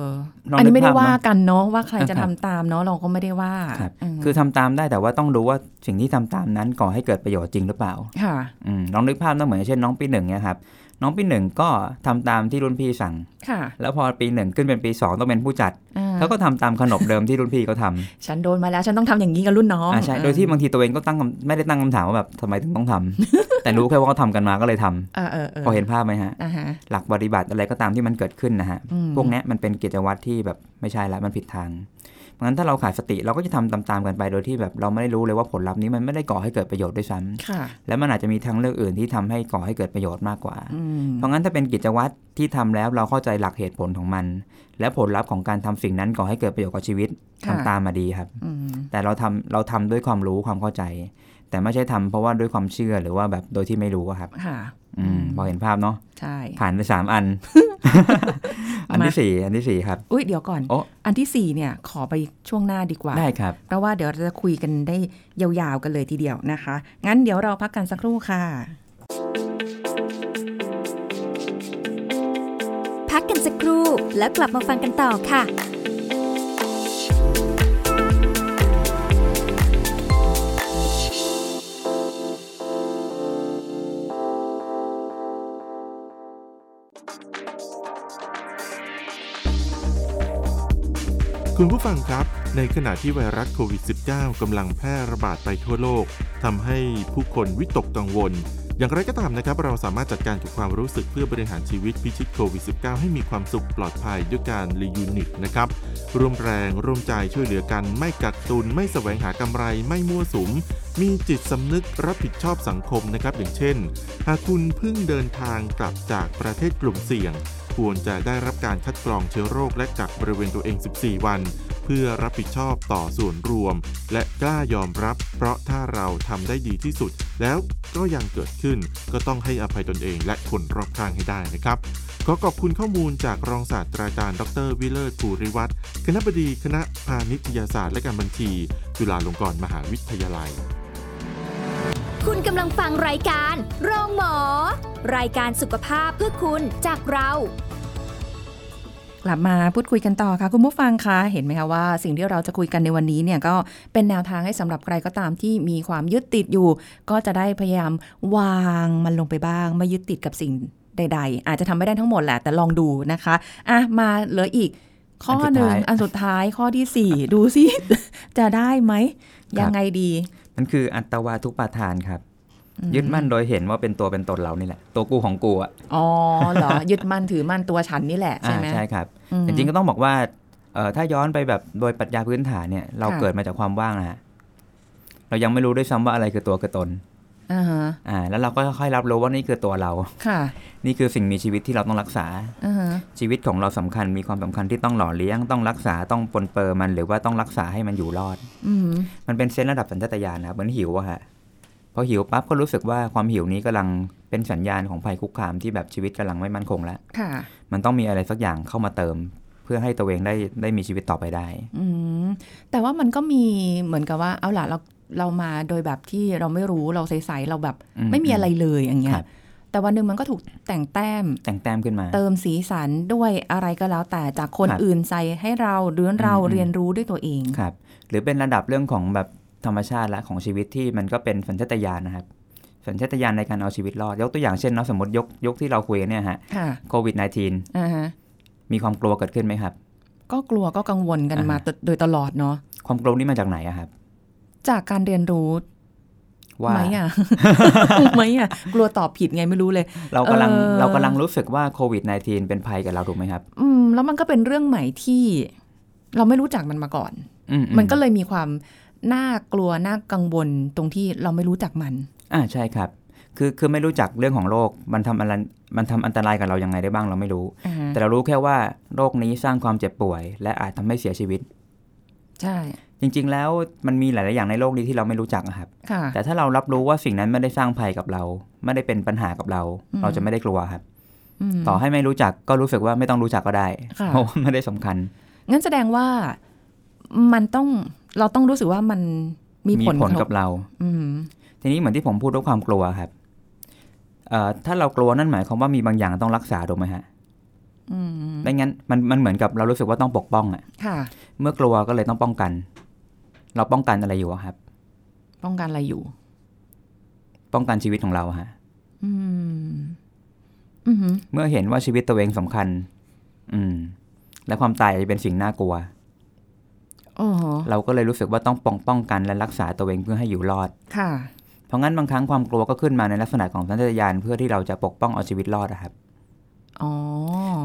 S3: ลอง
S2: อันนี้ไม่ได้
S3: นึกภาพ
S2: ว่า
S3: นะ
S2: กันเนาะว่าใครจะ
S3: ครั
S2: ทำ
S3: บ
S2: ตามเนาะเราก็ไม่ได้ว่า
S3: ครับ
S2: ม
S3: คือทำตามได้แต่ว่าต้องรู้ว่าสิ่งที่ทำตามนั้นก่อให้เกิดประโยชน์จริงหรือเปล่า
S2: ค่ะ
S3: อืมลองนึกภาพนะเหมือนเช่นน้องปีหนึ่งเนี่ยครับน้องปีหนึ่งก็ทำตามที่รุ่นพี่สั่ง
S2: ค่ะ
S3: แล้วพอปีหนึ่งขึ้นเป็นปีสองต้องเป็นผู้จัด
S2: อ่า
S3: เขาก็ทำตามขนบเดิมที่รุ่นพี่เขาทำ
S2: ฉันโดนมาแล้วฉันต้องทำอย่างนี้กับรุ่นน้อง
S3: อ่าใช่
S2: เออ
S3: โดยที่บางทีตัวเองก็ตั้งคำไม่ได้ตั้งคำถามว่าแบบทำไมถึงต้องทำ
S2: (laughs)
S3: แต่รู้แค่ว่าเขาทำกันมาก็เลยทำ
S2: เออเออเออ
S3: พอเห็นภาพไหมฮะ
S2: อ่าฮะ
S3: หลักปฏิบัติอะไรก็ตามที่มันเกิดขึ้นนะฮะ
S2: อืม
S3: พวกเนี้ยมันเป็นกิจวัตรที่แบบไม่ใช่ละมันผิดทาง เพราะงั้นถ้าเราขาดสติเราก็จะทำตามๆกันไปโดยที่แบบเราไม่ได้รู้เลยว่าผลลัพธ์นี้มันไม่ได้ก่อให้เกิดประโยชน์ด้วยซ้ำ
S2: ค่ะ
S3: และมันอาจจะมีทางเลือกอื่นที่ทำให้ก่อให้เกิดประโยชน์มากกว่า
S2: อืม
S3: เพราะงั้นถ้าเป็นกิจวัตรที่ทำแล้วเราเข้าใจหลักเหตุผลของมัน และผลลัพธ์ของการทำสิ่งนั้นก่อให้เกิดประโยชน์กับชีวิตทำตามมาดีครับ
S2: อืม
S3: แต่เราทำเราทำด้วยความรู้ความเข้าใจ แต่ไม่ใช่ทำเพราะว่าด้วยความเชื่อหรือว่าแบบโดยที่ไม่รู้อะครับ
S2: ค่ะ
S3: อืมพอเห็นภาพเนาะ
S2: ใช่
S3: ผ่านไปสามอัน (laughs) อันที่สี่ (laughs) อันที่สี่ครับ
S2: อุ้ยเดี๋ยวก่อน
S3: โอ้
S2: อันที่สี่เนี่ยขอไปช่วงหน้าดีกว่า
S3: ได้ครับ
S2: เพราะว่าเดี๋ยวเราจะคุยกันได้ยาวๆกันเลยทีเดียวนะคะ งั้นเดี๋ยวเราพักกันสักครู่ค่ะ
S1: ภ สักครู่ แล้วกลับมาฟังกันต่อค่ะ
S4: คุณผู้ฟังครับ ในขณะที่ไวรัสโควิด -19 กำลังแพร่ระบาดไปทั่วโลกทำให้ผู้คนวิตกกังวล อย่างไรก็ตามนะครับ เราสามารถจัดการกับความรู้สึกเพื่อบริหารชีวิตพิชิตโควิด -19 ให้มีความสุขปลอดภัยด้วยการรียูนิตนะครับ ร่วมแรงร่วมใจช่วยเหลือกัน ไม่กักตุน ไม่แสวงหากำไร ไม่มั่วสุม มีจิตสำนึกรับผิดชอบสังคมนะครับ อย่างเช่น หากคุณเพิ่งเดินทางกลับจากประเทศกลุ่มเสี่ยง ควรจะได้รับการคัดกรองเชื้อโรคและกักบริเวณตัวเอง 14 วัน เพื่อรับผิดชอบต่อส่วนรวม และกล้ายอมรับ เพราะถ้าเราทำได้ดีที่สุด แล้วก็ยังเกิดขึ้น ก็ต้องให้อภัยตนเองและคนรอบข้างให้ได้นะครับ ขอขอบคุณข้อมูลจากรองศาสตราจารย์ดรวิเลิศภูริวัตรคณบดีคณะพาณิชยศาสตร์และการบัญชี จุฬาลงกรณ์มหาวิทยาลัย
S1: คุณกำลังฟังรายการโรงหมอ รายการสุขภาพเพื่อคุณจากเรา
S2: กลับมาพูดคุยกันต่อค่ะ คุณผู้ฟังคะเห็นไหมคะว่าสิ่งที่เราจะคุยกันในวันนี้เนี่ยก็เป็นแนวทางให้สำหรับใครก็ตามที่มีความยึดติดอยู่ ก็จะได้พยายามวางมันลงไปบ้าง ไม่ยึดติดกับสิ่งใด ๆ อาจจะทำไม่ได้ทั้งหมดแหละ แต่ลองดูนะคะอ่ะมาเหลืออีก ข้อหนึ่ง
S3: อันสุดท้าย
S2: อันสุดท้ายข้อที่สี่ดูสิ จะได้ไหมยังไงดี
S3: มันคืออัตวาทุปาทานครับ ยึดมั่นโดยเห็นว่าเป็นตัวเป็นตนเรานี่แหละ ตัวกูของกูอ่ะ
S2: อ๋อเหรอ ยึดมั่นถือมั่นตัวฉันนี่แหละใช่ไหม
S3: อ่าใช่ครับ
S2: อืม
S3: จริงๆก็ต้องบอกว่าเอ่อถ้าย้อนไปแบบโดยปรัชญาพื้นฐานเนี่ย เรา
S2: ค่ะ
S3: เกิดมาจากความว่างนะฮะเรายังไม่รู้ด้วยซ้ำว่าอะไรคือตัวคือตน
S2: อ่าฮะ
S3: อ่าแล้วเราก็ค่อยๆรับรู้ว่านี่คือตัวเรา
S2: ค่ะ
S3: นี่คือสิ่งมีชีวิตที่เราต้องรักษา
S2: อ่าฮะ
S3: ชีวิตของเราสำคัญมีความสำคัญที่ต้องหล่อเลี้ยงต้องรักษาต้องปนเปื้อมันหรือว่าต้องรักษาให้มันอยู่รอด
S2: อืม
S3: มันเป็นเซนส์ระดับสัญชาตญาณนะครับเหมือนหิวอะฮะพอหิวปั๊บก็รู้สึกว่าความหิวนี้กำลังเป็นสัญญาณของภัยคุกคามที่แบบชีวิตกำลังไม่มั่นคงแล้ว
S2: ค่ะ
S3: มันต้องมีอะไรสักอย่างเข้ามาเติม เพื่อให้ตัวเองได้ได้มีชีวิตต่อไปได้
S2: อืมแต่ว่ามันก็มีเหมือนกับว่าเอาล่ะเราเรามาโดยแบบที่เราไม่รู้เราใสๆเราแบบ
S3: อืม
S2: ไม่มีอะไรเลยอย่างเงี้
S3: ครั
S2: ย
S3: บ
S2: แต่วันหนึ่งมันก็ถูกแต่งแต้ม
S3: แต่งแต้มขึ้นมา
S2: เติมสีสันด้วยอะไรก็แล้วแต่จากคน
S3: ครับ
S2: อื่นใส่ให้เราหรือเรา
S3: อืม
S2: เรียนรู้ด้วยตัวเอง
S3: ครับ หรือเป็นระดับเรื่องของแบบธรรมชาติละของชีวิตที่มันก็เป็นสัญชาตญาณนะครับ สัญชาตญาณในการเอาชีวิตรอด ยกตัวอย่างเช่นเนาะสมมติยกยกที่เราคุยกันเนี่ยฮะ
S2: ค่ะ
S3: โควิด -19
S2: อ่าฮะ
S3: มีความกลัวเกิดขึ้นไหมครับ
S2: ก็กลัวก็กังวลกัน
S3: อ่าม
S2: มาตโดยตลอดเนาะ
S3: ความกลัวนี่มาจากไหนอะครับ
S2: จากการเรียนรู้
S3: ว่า
S2: ไหมอ่ะ (laughs) ไหมอ่ะกลัวตอบผิดไงไม่รู้เลย
S3: เรากำลัง
S2: เอ่อ
S3: เรากำลังรู้สึกว่าโควิด -19 เป็นภัยกับเราถูกไหมครับ
S2: อืมแล้วมันก็เป็นเรื่องใหม่ที่ เราไม่รู้จักมันมาก่อน
S3: อืๆ
S2: มันก็เลยมีความน่ากลัวน่ากังวลตรงที่เราไม่รู้จักมัน
S3: อ่าใช่ครับ คือคือไม่รู้จักเรื่องของโรคมันทำอะไรมันทำอันตรายกับเรายังไงได้บ้างเราไม่รู้ แต่เรารู้แค่ว่าโรคนี้สร้างความเจ็บป่วย และอาจทำให้เสียชีวิต
S2: ใช่
S3: จริง ๆ แล้วมันมีหลาย ๆ อย่างในโลกนี้ที่เราไม่รู้จักอะครับ
S2: ค่ะ
S3: แต่ถ้าเรารับรู้ว่าสิ่งนั้นไม่ได้สร้างภัยกับเรา ไม่ได้เป็นปัญหากับเรา
S2: อืม
S3: เราจะไม่ได้กลัวครับ
S2: ม
S3: ต่อให้ไม่รู้จักก็รู้สึกว่าไม่ต้องรู้จักก็ได้
S2: ค่ะ
S3: เพราะว่าไม่ได้สำคัญ
S2: งั้นแสดงว่ามันต้องเราต้องรู้สึกว่ามันมี
S3: มี
S2: ผล
S3: ผล
S2: กระท
S3: กั
S2: บบ
S3: เรา
S2: อืม
S3: ทีนี้เหมือนที่ผมพูดว่าความกลัวครับเอ่อถ้าเรากลัวนั่นหมายความว่ามีบางอย่างต้องรักษาถูกไหมฮะ
S2: อืม
S3: ไม่งั้นมันมันเหมือนกับเรารู้สึกว่าต้องปกป้องอะ
S2: ค่ะ
S3: เมื่อกลัวก็เลยต้องป้องกัน เราป้องกันอะไรอยู่อะครับ
S2: ป้องกันอะไรอยู่
S3: ป้องกันชีวิตของเราอะฮะ
S2: อืม อือหือ
S3: เมื่อเห็นว่าชีวิตตัวเองสำคัญ อืม และความตายเป็นสิ่งน่ากลัว
S2: โอ้โห
S3: เราก็เลยรู้สึกว่าต้องป้องป้องกันและรักษาตัวเองเพื่อให้อยู่รอด
S2: ค่ะ
S3: เพราะงั้นบางครั้งความกลัวก็ขึ้นมาในลักษณะของสัญชาตญาณเพื่อที่เราจะปกป้องเอาชีวิตรอดอะครับ
S2: อ๋อ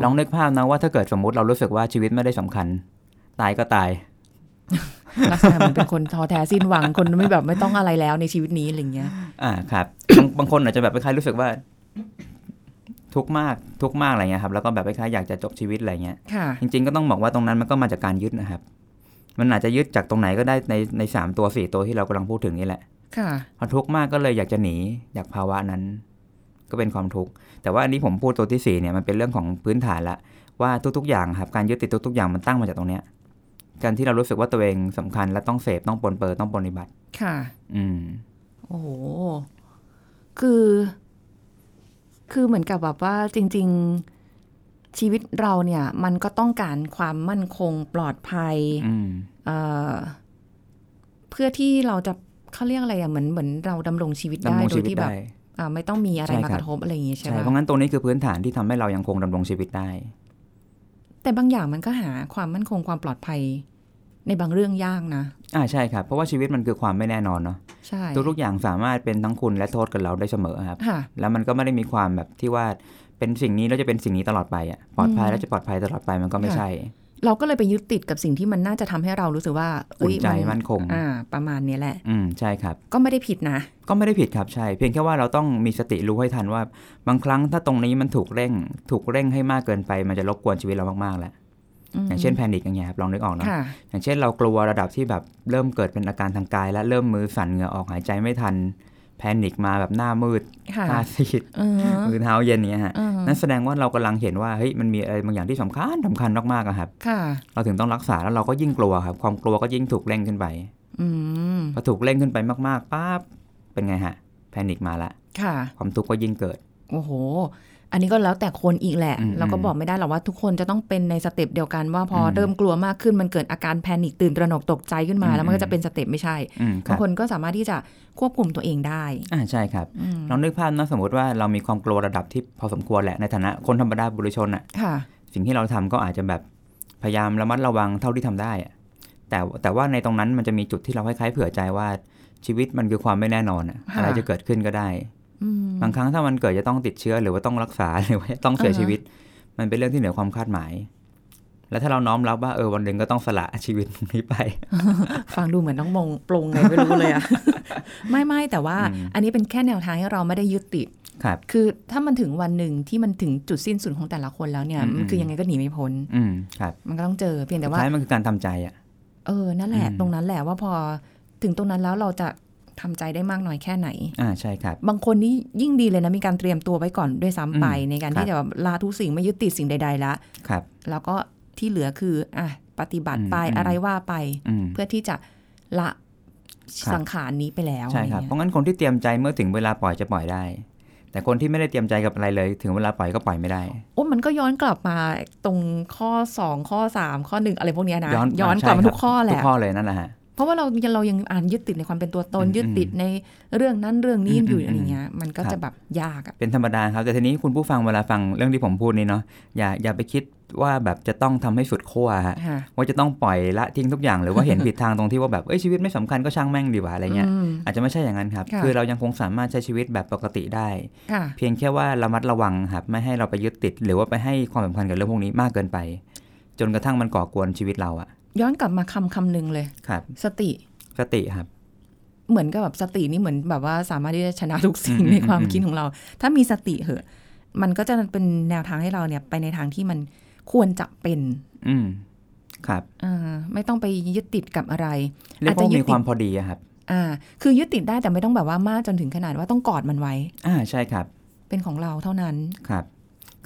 S3: ลองนึกภาพนะว่าถ้าเกิดสมมติเรารู้สึกว่าชีวิตไม่ได้สำคัญ ตายก็ตาย
S2: ลักษณะเหมันเป็นคนท้อแท้สิ้นหวังคนไม่แบบไม่ต้องอะไรแล้วในชีวิตนี้อะไรอย่างเงี้ย
S3: อ่าครับ (coughs) บางบางคนอาจจะแบบคล้ายๆรู้สึกว่า ทุกข์มากทุกข์มากอะไรเงี้ยครับแล้วก็แบบคล้ายๆอยากจะจบชีวิตอะไรเงี้ย
S2: ค่ะ
S3: จริงๆ ก็ต้องบอกว่าตรงนั้นมันก็มาจากการยึดนะครับ มันอาจจะยึดจากตรงไหนก็ได้ในในสามตัวสี่ตัวที่เรากำลังพูดถึงนี่แหละ
S2: ค่ะ
S3: พอทุกข์มากก็เลยอยากจะหนีอยากภาวะนั้น ก็เป็นความทุกข์ แต่ว่าอันนี้ผมพูดตัวที่สี่เนี่ยมันเป็นเรื่องของพื้นฐานละว่าทุกๆ อย่างครับการยึดติดทุกๆ อย่างมันตั้งมาจากตรงเนี้ย การที่เรารู้สึกว่าตัวเองสำคัญและต้องเสพต้องปนเปื้อต้องปฏิบัติ
S2: ค่ะ
S3: อืม
S2: โอ้โห คือ คือเหมือนกับแบบว่าจริง ๆ ชีวิตเราเนี่ยมันก็ต้องการความมั่นคงปลอดภัย
S3: อืม
S2: เอ่อเพื่อที่เราจะเขาเรียกอะไรอะเหมือนเหมือนเราดำรงชีวิตได้
S3: ดำรง
S2: โดย
S3: ชีวิต
S2: ที่แบบ
S3: ได้
S2: อ่าไม่ต้องมีอะไร
S3: ใช่
S2: มา
S3: ค
S2: ก
S3: รับ
S2: ระทบอะไรอย่างงี้ใช่
S3: ใช่
S2: ปะ
S3: เพราะงั้นตรงนี้คือพื้นฐานที่ทำให้เรายังคงดำรงชีวิตได้
S2: แต่บางอย่างมันก็หาความมั่นคงความปลอดภัย ในบางเรื่องยากนะ
S3: อ่าใช่ครับ เพราะว่าชีวิตมันคือความไม่แน่นอนเนาะ
S2: ใช่
S3: ทุกๆอย่างสามารถเป็นทั้งคุณและโทษกับเราได้เสมอครับ
S2: ค่ะ
S3: แล้วมันก็ไม่ได้มีความแบบที่ว่าเป็นสิ่งนี้แล้วจะเป็นสิ่งนี้ตลอดไปอ่ะ ปลอดภัย
S2: อืม
S3: แล้วจะปลอดภัยตลอดไปมันก็ไม่ใช่
S2: เราก็เลยไปยึดติดกับสิ่งที่มันน่าจะทำให้เรารู้สึกว่า
S3: อุ่นใจมั่นคง
S2: อ่า ประมาณนี้แหละ
S3: อืมใช่ครับ
S2: ก็ไม่ได้ผิดนะ
S3: ก็ไม่ได้ผิดครับใช่ เพียงแค่ว่าเราต้องมีสติรู้ให้ทันว่า บางครั้งถ้าตรงนี้มันถูกเร่ง ถูกเร่งให้มากเกินไป มันจะรบกวนชีวิตเรามากๆแหละ
S2: อืม
S3: อย่างเช่นแพนิคอย่างเงี้ยครับลองนึกออกเนาะ
S2: ค่ะ
S3: อย่างเช่นเรากลัวระดับที่แบบเริ่มเกิดเป็นอาการทางกาย และเริ่มมือสั่นเหงื่อออกหายใจไม่ทันแพนิคมาแบบหน้ามืด
S2: ค่ะ
S3: ตาซีด
S2: เออ
S3: มือเท้าเย็นเนี้ยฮะ
S2: เออ
S3: นั่นแสดงว่าเรากำลังเห็นว่าเฮ้ยมันมีอะไรบางอย่างที่สำคัญสำคัญมากๆอะครับ
S2: ค่ะ
S3: เราถึงต้องรักษาแล้วเราก็ยิ่งกลัวครับ ความกลัวก็ยิ่งถูกเร่งขึ้นไป
S2: อืม
S3: พอถูกเร่งขึ้นไปมากๆปั๊บเป็นไงฮะแพนิคมาละ
S2: ค่ะ
S3: ความทุกข์ก็ยิ่งเกิด
S2: โอ้โห อันนี้ก็แล้วแต่คนอีกแหละ
S3: อืม
S2: เราก็บอกไม่ได้หรอกว่าทุกคนจะต้องเป็นในสเต็ปเดียวกันว่าพออ
S3: ม
S2: เริ่มกลัวมากขึ้นมันเกิดอาการแพนิคตื่นตระหนกตกใจขึ้นมา
S3: อืม
S2: แล้วมันก็จะเป็นสเต็ปไม่ใช่
S3: อืมค
S2: บา
S3: รับ
S2: งคนก็สามารถที่จะควบคุมตัวเองได้
S3: อ่าใช่ครับ
S2: อืม
S3: ลองนึกภาพนะสมมติว่าเรามีความกลัวระดับที่พอสมควรแหละในฐานะคนธรรมดาบุรุชนอะ
S2: ค่ะ
S3: สิ่งที่เราทำก็อาจจะแบบพยายามระมัดระวังเท่าที่ทำได้อะแต่แต่ว่าในตรงนั้นมันจะมีจุดที่เราคล้ายๆเผื่อใจว่าชีวิตมันคือความไม่แน่นอนอะ
S2: ค่ะ
S3: อะไรจะเกิดขึ้นก็ได้
S2: อืม
S3: บางครั้งถ้ามันเกิดจะต้องติดเชื้อหรือว่าต้องรักษา (laughs) หรือว่าต้องเสีย
S2: อ่าฮะ
S3: ชีวิต มันเป็นเรื่องที่เหนือความคาดหมาย แล้วถ้าเราน้อมรับว่าเออวันหนึ่งก็ต้องสละชีวิตนี้ไป (laughs)
S2: ฟังดูเหมือนต้องมงปรงไงไม่รู้เลยอะ (laughs) ไม่ไม่แต่ว่า
S3: อืม
S2: อันนี้เป็นแค่แนวทางให้เราไม่ได้ยึดติด
S3: ครับ
S2: คือถ้ามันถึงวันหนึ่งที่มันถึงจุดสิ้นสุดของแต่ละคนแล้วเนี่ย
S3: อืม
S2: มันคือยังไงก็หนีไม่พ้น
S3: อืมครับ
S2: มันก็ต้องเจอเพียง
S3: สุ
S2: แต่
S3: ด
S2: ว่า
S3: ท้ายมันคือการทำใจอ่ะ
S2: เออ นั่นแหละ
S3: อืม
S2: ตรงนั้นแหละว่าพอถึงตรงนั้นแล้วเราจะทำใจได้มากน้อยแค่ไหน
S3: อ่าใช่ครับ
S2: บางคนนี่ยิ่งดีเลยนะ มีการเตรียมตัวไว้ก่อนด้วยซ้ำไป
S3: อืม
S2: ในการ
S3: ครับ
S2: ที่จะแบบลาทุกสิ่งไม่ยึดติดสิ่งใด ๆ ละ
S3: ครับ
S2: แล้วก็ที่เหลือคืออ่ะปฏิบัติไป
S3: อืม
S2: อะไรว่าไป
S3: อืม
S2: เพื่อที่จะละ
S3: ครับ
S2: สังขารนี้ไปแล้ว
S3: ใช่ครับ
S2: อะ
S3: เพ
S2: ไเงี้ย
S3: ราะงั้นคนที่เตรียมใจเมื่อถึงเวลาปล่อยจะปล่อยได้ แต่คนที่ไม่ได้เตรียมใจกับอะไรเลย ถึงเวลาปล่อยก็ปล่อยไม่ได้
S2: โอ้มันก็ย้อนกลับมาตรงข้อ 2 ข้อ 3 ข้อ 1 อะไรพวกเนี้ยนะ
S3: ย้อน
S2: กลับมา
S3: ใช่ครับ
S2: ทุกข้อแห
S3: ทุ
S2: ละ
S3: กข้อเลยนั่นแหละฮะ
S2: เพราะว่าเรายังเรายังอ่านยึดติดในความเป็นตัวตน
S3: อืม
S2: ยึดติดในเรื่องนั้นเรื่องนี้
S3: อืม
S2: อยู่
S3: อืม
S2: อะไรเงี้ยมันก็
S3: ครับ
S2: จะแบบยากอ่ะ
S3: เป็นธรรมดาครับ แต่ทีนี้คุณผู้ฟังเวลาฟังเรื่องที่ผมพูดนี่เนาะอย่าอย่าไปคิดว่าแบบจะต้องทำให้สุดขั้วฮะ
S2: ค่ะ
S3: ว่าจะต้องปล่อยละทิ้งทุกอย่างหรือว่าเห็นผิดทางตรงที่ว่าแบบเอ้ยชีวิตไม่สำคัญก็ช่างแม่งดีกว่าอะไรเงี้ย
S2: อืม
S3: อาจจะไม่ใช่อย่างนั้นครับ
S2: ค่ะ
S3: อเรายังคงสามารถใช้ชีวิตแบบปกติได้
S2: ค่ะ
S3: เพียงแค่ว่าระมัดระวังครับไม่ให้เราไปยึดติด หรือว่าไปให้ความสำคัญกับเรื่องพวกนี้มากเกินไป จนกระทั่งมันก่อกวนชีวิตเราอะ
S2: ย้อนกลับมาคำคำหนึ่งเลย
S3: ครับ
S2: สติ
S3: สติครับ
S2: เหมือนกับแบบสตินี่เหมือนแบบว่าสามารถที่จะชนะทุกสิ่ง
S3: อืม
S2: ในความ
S3: อืม
S2: คิดของเรา ถ้ามีสติเหอะ มันก็จะเป็นแนวทางให้เราเนี่ยไปในทางที่มันควรจะเป็น
S3: อืมครับ
S2: อ่าไม่ต้องไปยึดติดกับอะไร
S3: เรียก
S2: อาจจะ
S3: ว่า
S2: ยึดติ
S3: มี
S2: ด
S3: ความพอดีอะครับ
S2: อ่า คือยึดติดได้แต่ไม่ต้องแบบว่ามากจนถึงขนาดว่าต้องกอดมันไว้
S3: อ่าใช่ครับ
S2: เป็นของเราเท่านั้น
S3: ครับ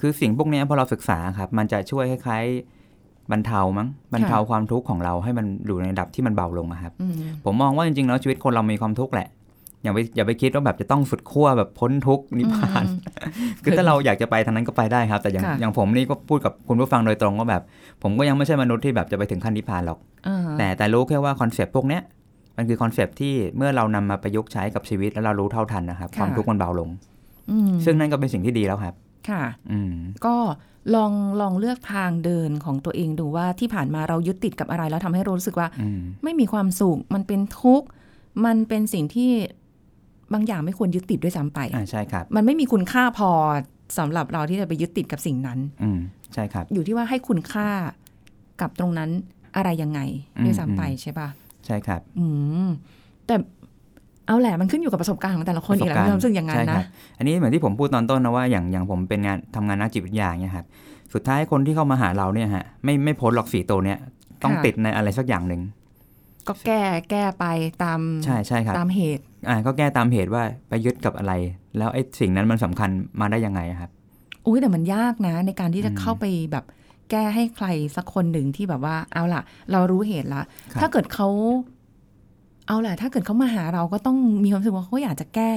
S3: คือสิ่งพวกเนี้ยพอเราศึกษาครับ มันจะช่วยคล้ายๆบรรเทามั้งบรรเทาความทุกข์ของเราให้มันอยู่ในระดับที่มันเบาลงอะครับ
S2: อืม
S3: ผมมองว่าจริงๆแล้วชีวิตคนเรามีความทุกข์แหละ อย่าไปอย่าไปคิดว่าแบบจะต้องสุดขั้วแบบพ้นทุกข์นิพพาน
S2: อืม
S3: (laughs) คือถ้าเราอยากจะไปทางนั้นก็ไปได้ครับ แต่อย่าง
S2: ค่ะ
S3: อย่างผมนี่ก็พูดกับคุณผู้ฟังโดยตรงว่าแบบ ผมก็ยังไม่ใช่มนุษย์ที่แบบจะไปถึงขั้นนิพพานหรอก
S2: อ่า
S3: แต่แต่รู้แค่ว่าคอนเซปต์พวกเนี้ยมันคือคอนเซปต์ที่เมื่อเรานำมาประยุกต์ใช้กับชีวิตแล้วเรารู้เท่าทันนะครับความทุกข์มันเบาลง
S2: อืม
S3: ซึ่งนั่นก็เป็นสิ่งที่ดีแล้วครับ
S2: ค่ะ
S3: อืม
S2: ก็ลองลองเลือกทางเดินของตัวเองดูว่าที่ผ่านมาเรายึดติดกับอะไรแล้วทำให้เรารู้สึกว่า
S3: อืม
S2: ไม่มีความสุข มันเป็นทุกข์ มันเป็นสิ่งที่บางอย่างไม่ควรยึดติดด้วยซ้ำไป
S3: อ่าใช่ครับ
S2: มันไม่มีคุณค่าพอสำหรับเราที่จะไปยึดติดกับสิ่งนั้น
S3: อืมใช่ครับ
S2: อยู่ที่ว่าให้คุณค่ากับตรงนั้นอะไรยังไง
S3: อืม
S2: ด้วยซ้ำไปใช่ปะ
S3: ใช่ครับ
S2: อืม แต่เอาแหละมันขึ้นอยู่กับประสบการณ์ของแต่ละคนอีกแหละ
S3: ประสบ
S2: มีค
S3: กร
S2: วาม
S3: ณ์
S2: รู้สึกอย่างนั้น
S3: ใช่ค
S2: นะ
S3: รับอันนี้เหมือนที่ผมพูดตอนต้นนะว่าอย่างอย่างผมเป็นงานทำงานนักจิตวิทยาเนี่ยครับสุดท้ายคนที่เข้ามาหาเราเนี่ยฮะไม่ไม่พ้นหรอกสีตัวเนี่ยต้อง
S2: ค่ะ
S3: ติดในอะไรสักอย่างหนึ่ง
S2: ก็แก้แก้ไปตาม
S3: ใช่ใช่ครับ
S2: ตามเหตุ
S3: อ่าก็แก้ตามเหตุว่าไปยึดกับอะไร แล้วไอ้สิ่งนั้นมันสำคัญมาได้ยังไงอะครับ
S2: อุ้ยแต่มันยากนะ ในการที่จะ
S3: อืม
S2: เข้าไปแบบแก้ให้ใครสักคนหนึ่งที่แบบว่าเอาล่ะ เรารู้เหตุละ
S3: ครับ
S2: ถ้าเกิดเขาเอาล่ะ ถ้าเกิดเขามาหาเราก็ต้องมีความรู้สึกว่าเขาอยากจะแก้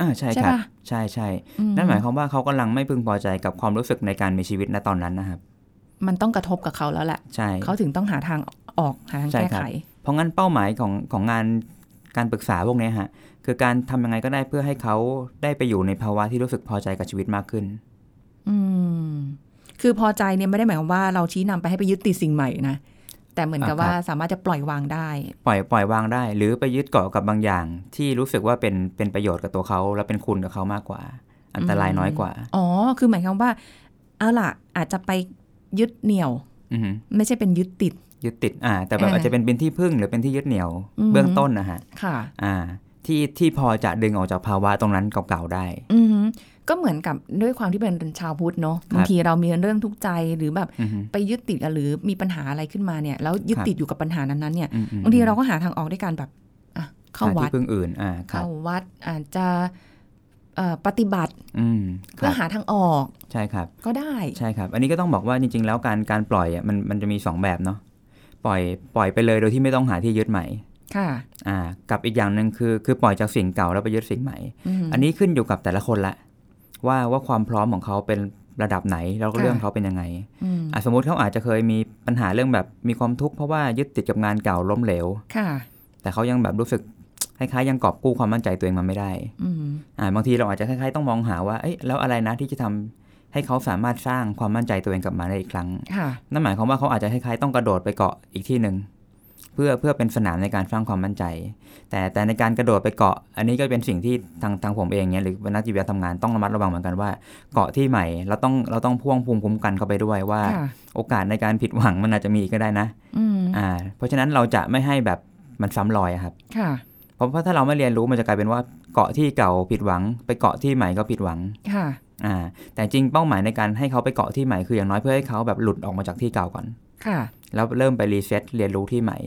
S3: อ่าใช่
S2: ใช่
S3: ครับ
S2: ปะ
S3: ใช่ใช่
S2: อื
S3: นั่นหมายความว่าเขากำลังไม่พึงพอใจกับความรู้สึกในการมีชีวิตณตอนนั้นนะครับ
S2: มันต้องกระทบกับเขาแล้วแหละ
S3: ใช่
S2: เขาถึงต้องหาทางออกหาทาง
S3: ใช่
S2: แก้
S3: ครับ
S2: ไข
S3: เพราะงั้นเป้าหมายของของงานการปรึกษาพวกเนี้ยฮะคือการทำยังไงก็ได้เพื่อให้เขาได้ไปอยู่ในภาวะที่รู้สึกพอใจกับชีวิตมากขึ้น
S2: อืม คือพอใจเนี่ยไม่ได้หมายความว่าเราชี้นำไปให้ไปยึดติดสิ่งใหม่นะ แต่เหมือนกับ
S3: อ่าครับ
S2: ว่าสามารถจะปล่อยวางได้
S3: ปล่อยปล่อยวางได้ หรือไปยึดเกาะกับบางอย่าง ที่รู้สึกว่าเป็นเป็นประโยชน์กับตัวเขาและเป็นคุณกับเขามากกว่า อันตรายน้อยกว่า
S2: อ๋อ คือหมายความว่า เอาล่ะ อาจจะไปยึดเหนี่ยว
S3: อือฮึ
S2: ไม่ใช่เป็นยึดติด
S3: ยึดติดอ่า แต่แบบ
S2: เออ
S3: อาจจะเป็นเป็นที่พึ่งหรือเป็นที่ยึดเหนี่ยว
S2: อืม
S3: เบื้องต้นนะฮะ
S2: ค่ะ
S3: อ่า ที่ที่พอจะดึงออกจากภาวะตรงนั้นเก่าๆได้
S2: อือหือก็เหมือนกับด้วยความที่เป็นชาวพุทธเนาะ
S3: ครับ
S2: บางทีเรามีเรื่องทุกข์ใจหรือแบบ
S3: อือฮึ
S2: ไปยึดติดหรือมีปัญหาอะไรขึ้นมาเนี่ยแล้วยึด
S3: ครับ
S2: ติดอยู่กับปัญหานั้นๆเนี่ย
S3: อืมอืม
S2: บางทีเราก็หาทางออกด้วยการแบบอ่ะเข้า
S3: ห
S2: วัด
S3: ที่พึ่งอื่นอ่าครับ
S2: เข้าวัดอาจจะเอ่อปฏิบัติ
S3: อืมค
S2: เพื่
S3: รั
S2: อบ หาทางออก
S3: ใช่ครับ
S2: ก็ได้
S3: ใช่ครับ อันนี้ก็ต้องบอกว่าจริง ๆ แล้วการการปล่อยอ่ะมันมันจะมีสองแบบเนาะปล่อยปล่อยไปเลยโดยที่ไม่ต้องหาที่ยึดใหม่
S2: ค่ะ
S3: อ่ากับอีกอย่างหนึ่งคือคือปล่อยจากสิ่งเก่าแล้วไปยึดสิ่งใหม่
S2: อืม
S3: อันนี้ขึ้นอยู่กับแต่ละคนละ ว่าว่าความพร้อมของเขาเป็นระดับไหน แล้วก็
S2: ค่ะ
S3: เรื่องเขาเป็นยังไง
S2: อืม
S3: อ่ะสมมติเขาอาจจะเคยมีปัญหาเรื่องแบบมีความทุกข์เพราะว่ายึดติดกับงานเก่าล้มเหลว
S2: ค่ะ
S3: แต่เขายังแบบรู้สึกคล้ายๆยังกอบกู้ความมั่นใจตัวเองมาไม่ได้
S2: อืม
S3: อ่าบางทีเราอาจจะคล้ายๆต้องมองหาว่าเอ๊ะแล้วอะไรนะที่จะทำให้เขาสามารถสร้างความมั่นใจตัวเองกลับมาได้อีกครั้ง
S2: ค่ะ
S3: นั่นหมายความว่าเขาอาจจะคล้ายๆต้องกระโดดไปเกาะอีกที่หนึ่งเพื่อเพื่อเป็นสนามในการสร้างความมั่นใจ แต่แต่ในการกระโดดไปเกาะ อันนี้ก็เป็นสิ่งที่ทางทางผมเองเนี่ยหรือนักจิตวิทยาทำงานต้องระมัดระวังเหมือนกันว่าเกาะที่ใหม่เราต้องเราต้องพ่วงภูมิคุ้มกันเข้าไปด้วยว่า
S2: ค่ะ
S3: โอกาสในการผิดหวังมันอาจจะมีก็ได้นะ
S2: อืม
S3: อ่าเพราะฉะนั้นเราจะไม่ให้แบบมันซ้ำรอยอะครับ
S2: ค่ะ
S3: เพราะว่าถ้าเราไม่เรียนรู้มันจะกลายเป็นว่าเกาะที่เก่าผิดหวัง ไปเกาะที่ใหม่ก็ผิดหวัง
S2: ค่ะ
S3: อ่าแต่จริงเป้าหมายในการให้เขาไปเกาะที่ใหม่คืออย่างน้อยเพื่อให้เขาแบบหลุดออกมาจากที่เก่าก่อน
S2: ค่ะ
S3: แล้วเริ่มไปรีเซ็ตเรียนรู้ที่ใหม่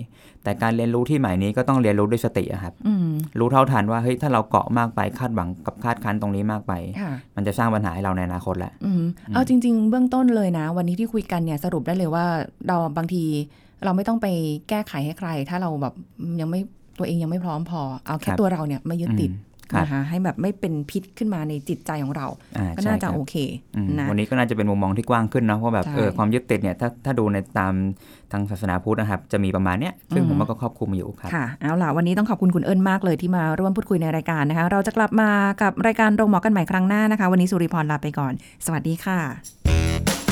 S3: แต่การเรียนรู้ที่ใหม่นี้ก็ต้องเรียนรู้ด้วยสติอะครับ
S2: อืม
S3: รู้เท่าทันว่าเฮ้ยถ้าเราเกาะมากไปคาดหวังกับคาดคันตรงนี้มากไป
S2: ค่ะ
S3: มันจะสร้างปัญหาให้เราในอนาคตแหละ
S2: อืมเอาจริง ๆ เบื้องต้นเลยนะ วันนี้ที่คุยกันเนี่ยสรุปได้เลยว่าเราบางทีเราไม่ต้องไปแก้ไขให้ใคร ถ้าเราแบบยังไม่ตัวเองยังไม่พร้อมพอ เอาแค่
S3: ครับ
S2: ตัวเราเนี่ยไม่ยึดติด
S3: อืม ครับ
S2: นะคะให้แบบไม่เป็นพิษขึ้นมาในจิตใจของเรา
S3: อ่า
S2: ก็
S3: ใช่
S2: น่า
S3: ค
S2: จะ
S3: รับ
S2: โอเค
S3: อืม
S2: นะ
S3: วันนี้ก็น่าจะเป็นมุมมองที่กว้างขึ้นเนาะเพราะแบบ
S2: ใช่
S3: เออความยึดติดเนี่ยถ้าถ้าดูในตามทางศาสนาพุทธนะครับ จะมีประมาณเนี้ยซึ่ง
S2: อืม
S3: ผมว่าก็ครอบคลุมอยู่ครับ
S2: ค่ะเอาล่ะวันนี้ต้องขอบคุณคุณเอิญมากเลยที่มาร่วมพูดคุยในรายการนะคะ เราจะกลับมากับรายการโรงหมอกันใหม่ครั้งหน้านะคะ วันนี้สุริพรลาไปก่อน สวัสดีค่ะ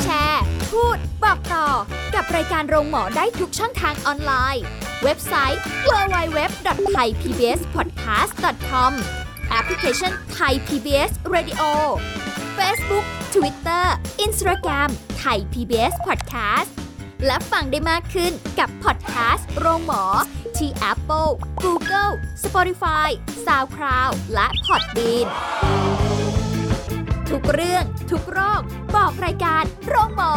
S1: แชร์ พูด บอกต่อ กับรายการโรงหมอได้ทุกช่องทางออนไลน์ เว็บไซต์ www.thaipbspodcast.com แอปพลิเคชัน Thai PBS Radio Facebook Twitter Instagram Thai PBS Podcast และฟังได้มากขึ้นกับพอดแคสต์โรงหมอ ที่ Apple, Google, Spotify, SoundCloud และ Podbean ทุกเรื่องทุกโรค บอกรายการโรงหมอ